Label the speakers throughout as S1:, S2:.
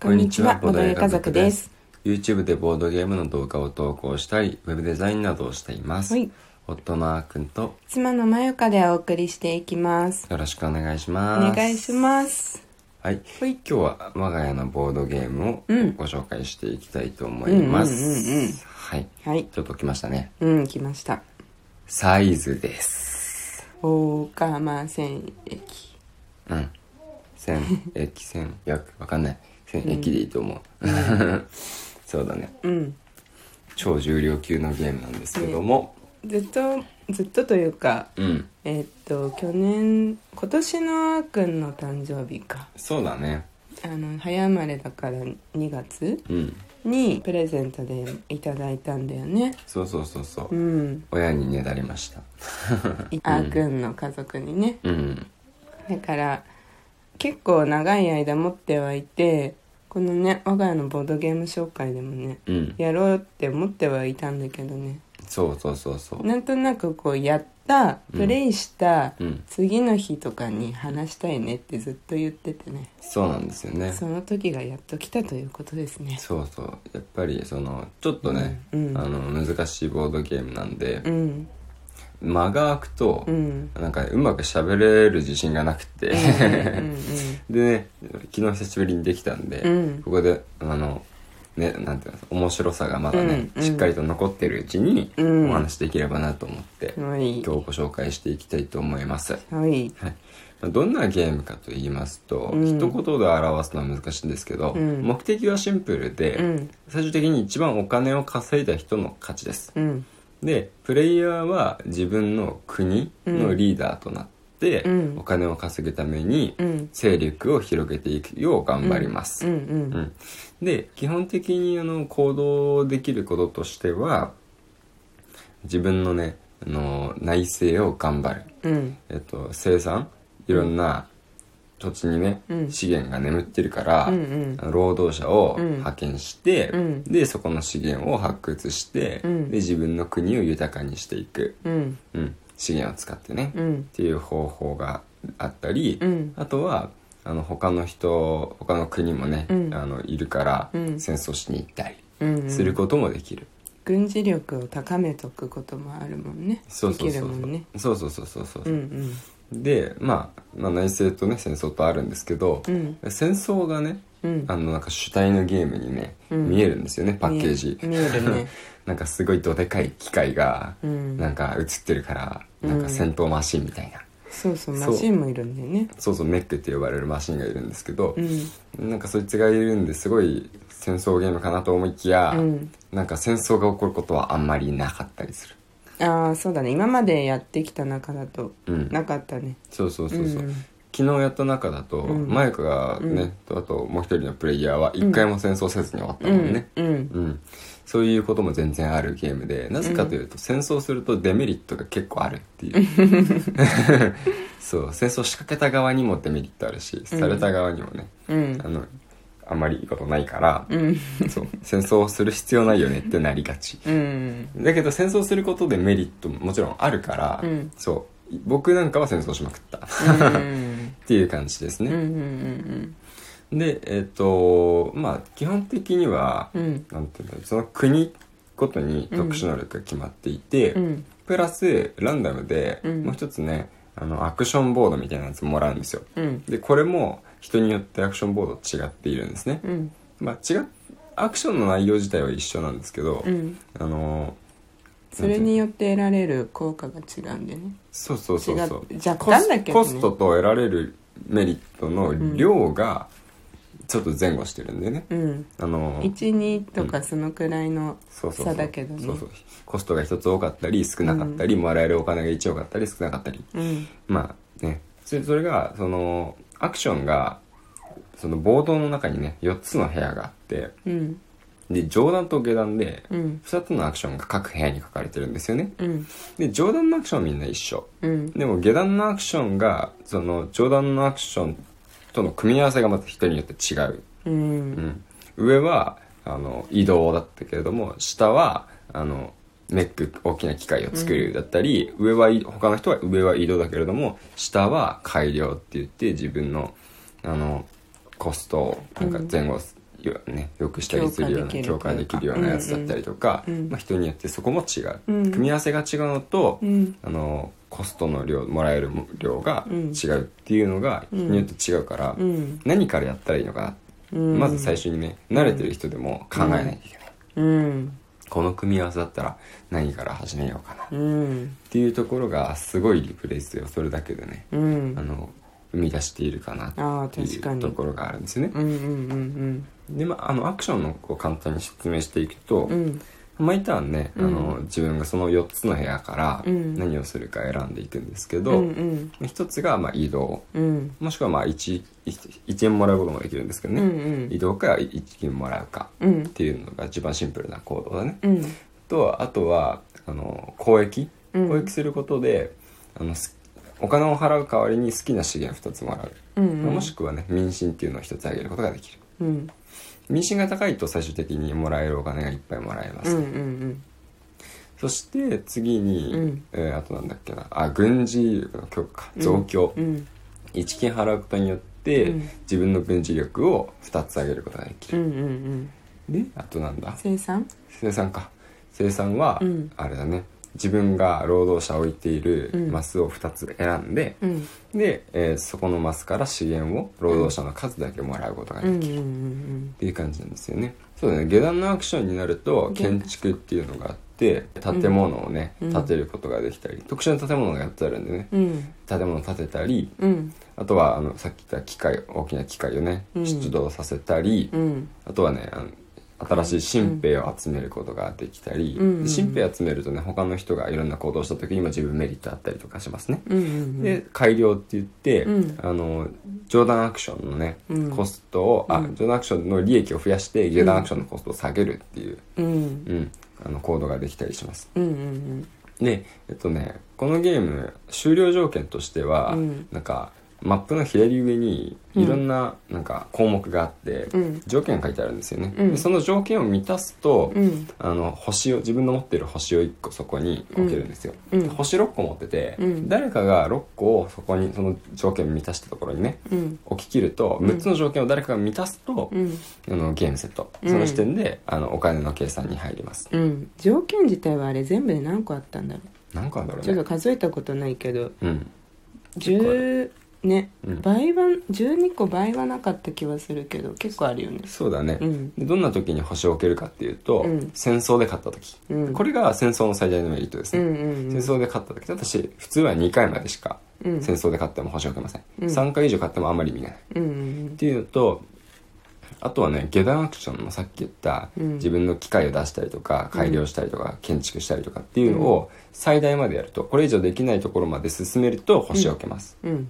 S1: こんにちは、ボードゲー家族です。。
S2: YouTube でボードゲームの動画を投稿したり、ウェブデザインなどをしています。
S1: はい
S2: 夫のあーくんと
S1: 妻のまゆかでお送りしていきます。
S2: よろしくお願いしま
S1: お
S2: す。
S1: 願いします。
S2: はい。
S1: はい
S2: 今日は我が家のボードゲームを
S1: うん
S2: ご紹介していきたいと思います。
S1: うんうんうんうん
S2: はい。
S1: はい。
S2: ちょっと来ましたね。
S1: うん、来ました。
S2: サイズです。
S1: 大釜線駅。
S2: うん。千、駅、千、百、わかんない。千、駅でいいと思う。 そうだね。
S1: うん。
S2: 超重量級のゲームなんですけども。
S1: ずっと、ずっとというか、
S2: うん。
S1: えっと、去年、今年のあーくんの誕生日か。
S2: そうだね。
S1: あの、早生まれだから2月
S2: うん。
S1: にプレゼントでいただいたんだよね。
S2: そうそうそうそう。
S1: うん。
S2: 親にねだりました。
S1: あーくんの家族にね。
S2: うん。
S1: だから結構長い間持ってはいてこのね我が家のボードゲーム紹介でもね
S2: うん。
S1: やろうって思ってはいたんだけどね
S2: そうそうそうそう。
S1: なんとなくこうやったプレイした、
S2: うん。
S1: 次の日とかに話したいねってずっと言っててね
S2: そうなんですよね。
S1: その時がやっと来たということですね
S2: そうそう。やっぱり、その、ちょっとね、
S1: うん
S2: あの、難しいボードゲームなんで
S1: う、ん
S2: 間が空くと
S1: う、ん
S2: なんか、うまく喋れる自信がなくて、
S1: うん
S2: でね、昨日久しぶりにできたんで、
S1: うん
S2: ここで、あの、ね、なんていうの、面白さがまだね、
S1: うんうん
S2: しっかりと残ってるうちに、
S1: うん
S2: お話しできればなと思って、
S1: うんはい
S2: 今日ご紹介していきたいと思います。
S1: はい
S2: はいまあ、どんなゲームかと言いますと、
S1: うん
S2: 一言で表すのは難しいんですけど、
S1: うん
S2: 目的はシンプルで、
S1: うん
S2: 最終的に一番お金を稼いだ人の勝ちです
S1: うん
S2: でプレイヤーは自分の国のリーダーとなって、
S1: うん
S2: お金を稼ぐために
S1: うん
S2: 勢力を広げていくよう頑張ります、
S1: うんう
S2: うんんで基本的にあの行動できることとしては自分のねあの内政を頑張る
S1: うん
S2: えっと、生産いろんな土地にね、
S1: うん
S2: 資源が眠ってるから、
S1: うんうん
S2: 労働者を
S1: うん
S2: 派遣して、
S1: うん
S2: でそこの資源を発掘して、
S1: うん
S2: で自分の国を豊かにしていく、
S1: うん
S2: うん、資源を使ってね、
S1: う
S2: っ
S1: ん
S2: ていう方法があったり、
S1: うん
S2: あとはあの他の人他の国もね、
S1: うん
S2: あのいるから、
S1: うん
S2: 戦争しに行ったり
S1: うん
S2: することもできる。
S1: 軍事力を高めとくこともあるもんね
S2: そうそう
S1: でき
S2: そ
S1: る
S2: う
S1: もんね
S2: そうそうそうそうそう
S1: う
S2: そうんで、まあ、まあ内政とね戦争とあるんですけど、
S1: うん
S2: 戦争がね
S1: うんうん
S2: あのなんか主体のゲームにね、
S1: うん
S2: 見えるんですよねパッケージ
S1: 見え見えるね
S2: なんかすごいどでかい機械が、
S1: うん
S2: なんか映ってるから、
S1: うん
S2: なんか戦闘マシンみたいな
S1: そうそう
S2: そう
S1: マシンもいるんだよね
S2: そうそうメックって呼ばれるマシンがいるんですけど
S1: う、ん
S2: なんかそいつがいるんですごい戦争ゲームかなと思いきや、
S1: うん
S2: なんか戦争が起こることはあんまりなかったりする
S1: ああそうだね今までやってきた中だと
S2: うん
S1: なかったね
S2: そうそうそうそ
S1: う
S2: う、
S1: ん
S2: 昨日やった中だと、
S1: うん
S2: マイクがね、とあともう一人のプレイヤーは一回も戦争せずに終わった
S1: う
S2: もん
S1: ん
S2: ね、
S1: うん
S2: うんそういうことも全然あるゲームでなぜかというと、戦争するとデメリットが結構あるっていう そう戦争仕掛けた側にもデメリットあるしされた側にもね、
S1: うん
S2: あのあんまりいいことないから、
S1: うん
S2: そう戦争をする必要ないよねってなりがち
S1: うん
S2: だけど戦争することでメリットももちろんあるから、
S1: うん
S2: そう僕なんかは戦争しまくった
S1: うん
S2: っていう感じです
S1: うんうんうん
S2: ね、でえっ、とまあ基本的には、
S1: うん
S2: なんていうんだろうその国ごとに特殊能力が決まっていて、
S1: うん
S2: プラスランダムで、
S1: うん
S2: もう一つねあのアクションボードみたいなやつもらうんですよ
S1: うん
S2: でこれも人によってアクションボード違っているんですね、
S1: うん
S2: まあ違っアクションの内容自体は一緒なんですけど、
S1: うん
S2: あの
S1: それによって得られる効果が違うんだよね
S2: そうそうそうそう
S1: 違う若
S2: コス
S1: 干だけどね
S2: コストと得られるメリットの量がちょっと前後してるんでね、
S1: うん
S2: あの
S1: 12とかそのくらいの
S2: そうそうそ
S1: 差
S2: う
S1: だけどね
S2: そうそうコストが一つ多かったり少なかったり、もらえるお金が一多かったり少なかったり
S1: うん
S2: まあねそれそれがそのアクションがそのボードの中にね4つの部屋があって
S1: うん
S2: で上段と下段で
S1: うん
S2: 2つのアクションが各部屋に書かれてるんですよね
S1: うん
S2: で上段のアクションはみんな一緒
S1: うん
S2: でも下段のアクションがその上段のアクションとの組み合わせがまた人によって違う
S1: うん
S2: うん、上はあの移動だったけれども下はあのメック大きな機械を作るだったり、上はい他の人は上は移動だけれども下は改良って言って自分のあのコストをなんか前後よね、よくしたりするような
S1: 強
S2: 強
S1: 化
S2: 化
S1: で
S2: で
S1: き
S2: き
S1: るという
S2: るよ
S1: か
S2: うなやつだったりとか、
S1: うんうん
S2: まあ、人によってそこも違う、
S1: うん
S2: 組み合わせが違うのと、
S1: うん
S2: あのコストの量もらえる量が
S1: うん
S2: 違うっていうのが
S1: うん
S2: 人によって違うから、
S1: うん
S2: 何からやったらいいのかな、
S1: うん
S2: まず最初にね慣れてる人でも考えないといけない、
S1: うん
S2: この組み合わせだったら何から始めようかなっ
S1: うん
S2: ていうところがすごいリプレイスをそれだけでね、
S1: うん
S2: あの生み出しているかな
S1: ああ
S2: ってい
S1: 確か
S2: う
S1: に
S2: ところがあるんですよね
S1: うんうんうん
S2: でまああのアクションのこう簡単に説明していくと、
S1: うんうん
S2: まあ、一旦ね、あの
S1: うん
S2: 自分がその4つの部屋から
S1: うん
S2: 何をするか選んでいくんですけ
S1: う
S2: ど、
S1: ん
S2: 一1つがまあ移動
S1: うんうん
S2: もしくはまあ 1, 1円もらうこともできるんですけどね、
S1: うんうん
S2: 移動か1円もらうか
S1: うん
S2: っていうのが一番シンプルな行動だね、
S1: うん
S2: とあとはあの交易
S1: うん
S2: 交易することで、あのすお金を払う代わりに好きな資源2つもらう、
S1: うん
S2: まあもしくはね民進っていうのを1つあげることができる
S1: うん
S2: 民進が高いと最終的にもらえるお金がいっぱいもらえま
S1: う
S2: す、
S1: んうん
S2: そして次に、
S1: うん
S2: えーあとなんだっけなあ軍事力の強化増強、
S1: うん
S2: 1金払うことによって、
S1: うん
S2: 自分の軍事力を2つ上げることができ
S1: う
S2: る、
S1: んうん
S2: であとなんだ
S1: 生産
S2: 生産か生産は、
S1: うん
S2: あれだね自分が労働者を置いている
S1: うん
S2: マスを2つ選んで、
S1: うん
S2: で、えーそこのマスから資源を労働者の数だけもらうことがで
S1: うん
S2: き
S1: う
S2: る、
S1: ん
S2: っ
S1: うん
S2: ていう感じなんですよねそうだね下段のアクションになると
S1: 下段
S2: 建築っていうのがあって建物をね、
S1: うん
S2: 建てることができたり、特殊な建物がやってあるんでね
S1: うん
S2: 建物を建てたり
S1: うん
S2: あとはあのさっき言った機械大きな機械をね
S1: うん
S2: 出動させたり、
S1: うん
S2: あとはねあの新しい新兵を集めることができたり、
S1: うん
S2: で新兵集めるとね他の人がいろんな行動した時にも自分メリットあったりとかしますね、
S1: うんうん
S2: で改良って言って、
S1: うん
S2: あの上段アクションのね、
S1: うん
S2: コストをあ
S1: うん
S2: 上段アクションの利益を増やして下段アクションのコストを下げるっていう、
S1: うん
S2: うん、あの行動ができたりします
S1: うんうん
S2: でえっとねこのゲーム終了条件としては、
S1: うん
S2: なんかマップの左上にいろんななんか項目があって、
S1: うん
S2: 条件が書いてあるんですよね、
S1: うん
S2: でその条件を満たすと、
S1: うん
S2: あの星を自分の持ってる星を1個そこに置けるんですよ、
S1: うんうん
S2: 星6個持ってて、
S1: うん
S2: 誰かが6個をそこにその条件を満たしたところにね
S1: うん
S2: 置き切ると6つの条件を誰かが満たすと、
S1: うん
S2: あのゲームセット
S1: うん
S2: その時点で、あのお金の計算に入ります
S1: うん条件自体はあれ全部で何個あったんだろ
S2: 何個あるんだ
S1: う
S2: ろ
S1: ちょ
S2: う
S1: っ
S2: ね
S1: と数えたことないけど
S2: うん結構あ
S1: 10ね
S2: うん
S1: 倍は12個倍はなかった気はするけど結構あるよね
S2: そうだね、
S1: うん
S2: でどんな時に星を置けるかっていうと、
S1: うん
S2: 戦争で勝った時、
S1: うん
S2: これが戦争の最大のメリットです
S1: う
S2: ね、
S1: んうんうん
S2: 戦争で勝った時私普通は2回までしか
S1: うん
S2: 戦争で勝っても星を置けません、
S1: うん
S2: 3回以上勝ってもあんまり意味がないっ
S1: うんうん
S2: ていうのとあとはね下段アクションのさっき言った、
S1: うん
S2: 自分の機械を出したりとか改良したりとか、建築したりとかっていうのを最大までやるとこれ以上できないところまで進めると星を置けます、
S1: うん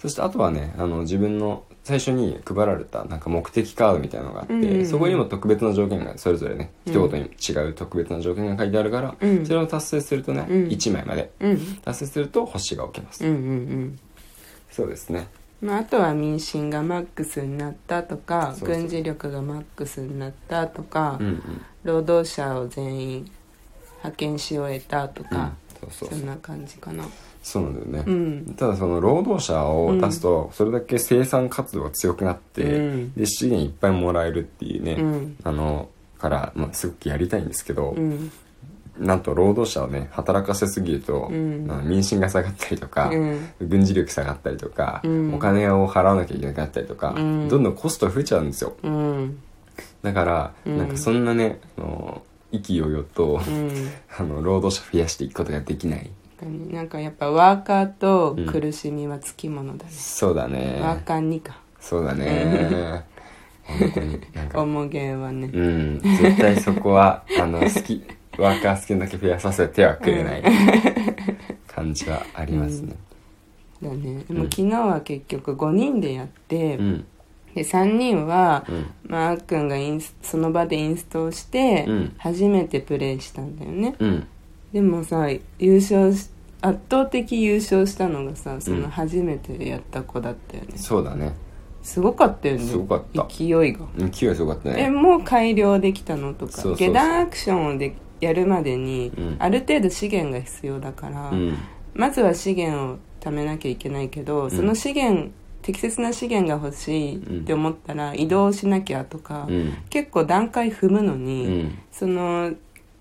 S2: そしてあとはねあの自分の最初に配られたなんか目的カードみたいなのがあって、
S1: うんうんうん
S2: そこにも特別な条件がそれぞれね
S1: うん
S2: 一言に違う特別な条件が書いてあるから、
S1: うん
S2: それを達成するとね、
S1: うん
S2: 1枚まで
S1: うん
S2: 達成すると星が置けます、
S1: うんうん
S2: そうですね
S1: まあ、あとは民進がマックスになったとか
S2: そうそう
S1: 軍事力がマックスになったとか、
S2: うんうん
S1: 労働者を全員派遣し終えたとか、
S2: うんそうそう
S1: そ
S2: そうん
S1: な感じかな
S2: そうなんだよね、
S1: うん
S2: ただその労働者を出すとそれだけ生産活動が強くなって、
S1: うん
S2: で資源いっぱいもらえるっていうね、
S1: うん
S2: あのから、まあ、すごくやりたいんですけど、
S1: うん
S2: なんと労働者をね働かせすぎると、
S1: うん
S2: まあ民心が下がったりとか、
S1: うん
S2: 軍事力下がったりとか、
S1: うん
S2: お金を払わなきゃいけなくなったりとか、
S1: うん
S2: どんどんコスト増えちゃうんですよ
S1: うん
S2: だから、
S1: うん
S2: なんかそんなねあの意気揚々と、
S1: うん
S2: あの労働者増やしていくことができない
S1: なんかやっぱワーカーと苦しみはつきものだね、
S2: そうだね
S1: ワーカーにか
S2: そうだね本当になんか
S1: 重げはね、
S2: うん絶対そこはあの好きワーカー好きなだけ増やさせてはくれない感じはありますね
S1: だねでも昨日は結局5人でやって、
S2: うん
S1: で3人は、
S2: うん
S1: まあ、あっくんがインスその場でインストをして、
S2: うん
S1: 初めてプレイしたんだよね
S2: うん
S1: でもさ優勝し圧倒的優勝したのがさそうの
S2: ん
S1: 初めてやった子だったよね、
S2: そうだね
S1: すごかったよね
S2: すごかった
S1: 勢いが、
S2: 勢いすごかった
S1: え
S2: ね
S1: もう改良できたのとか
S2: そうそうそう
S1: 下段アクションをでやるまでに、
S2: うん
S1: ある程度資源が必要だから、
S2: うん
S1: まずは資源を貯めなきゃいけないけど、その資源適切な資源が欲しいって思ったら移動しなきゃとか、
S2: うん
S1: 結構段階踏むの
S2: う
S1: に、
S2: ん
S1: その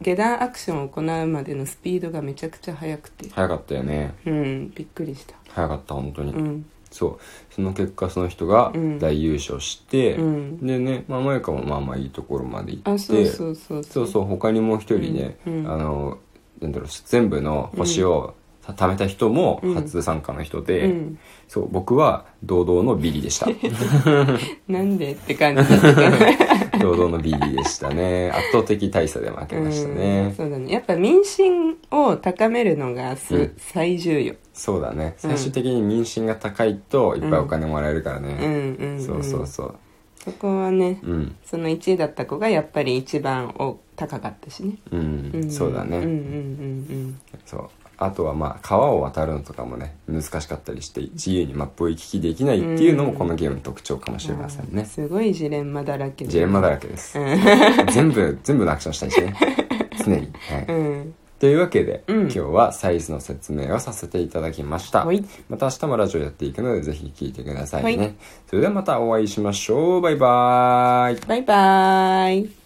S1: 下段アクションを行うまでのスピードがめちゃくちゃ速くて
S2: 早かったよね
S1: うんびっくりした
S2: 早かった本当に、
S1: うん
S2: そうその結果その人が
S1: うん
S2: 大優勝して、
S1: うん
S2: でねまあ萌香もまあまあいいところまで行って
S1: あそうそうそう
S2: そうそう他にもう一人ね、
S1: うんうん
S2: あのなんだろう全部の星をた貯めた人も
S1: うん
S2: 初参加の人で、
S1: うん
S2: そう僕は堂々のビリで した
S1: なんでって 感じだったけど
S2: 堂々のビリでしたね圧倒的大差で負けました
S1: うん
S2: ね、
S1: そうだねやっぱ民心を高めるのがす、
S2: うん
S1: 最重要
S2: そうだね
S1: うん
S2: 最終的に民心が高いといっぱいお金もらえるから
S1: うん
S2: ね、
S1: うん、うん、
S2: そうそうそう
S1: そこはね、
S2: うん
S1: その1位だった子がやっぱり一番お高かったしね、
S2: うん、
S1: ん
S2: そうだね、
S1: うんうん
S2: そうあとはまあ川を渡るのとかもね難しかったりして自由にマップを行き来できないっていうのもこのゲームの特徴かもしれません
S1: うんうん
S2: ね
S1: すごいジレンマだらけ
S2: ジレンマだ
S1: ら
S2: らけです、全部全部のアクションしたい しね常に、はい
S1: うん
S2: というわけで、
S1: うん
S2: 今日はサイズの説明をさせていただきました
S1: はい
S2: また明日もラジオやっていくのでぜひ聞いてくださいね、
S1: はい
S2: それではまたお会いしましょうバイバーイ
S1: バイバーイ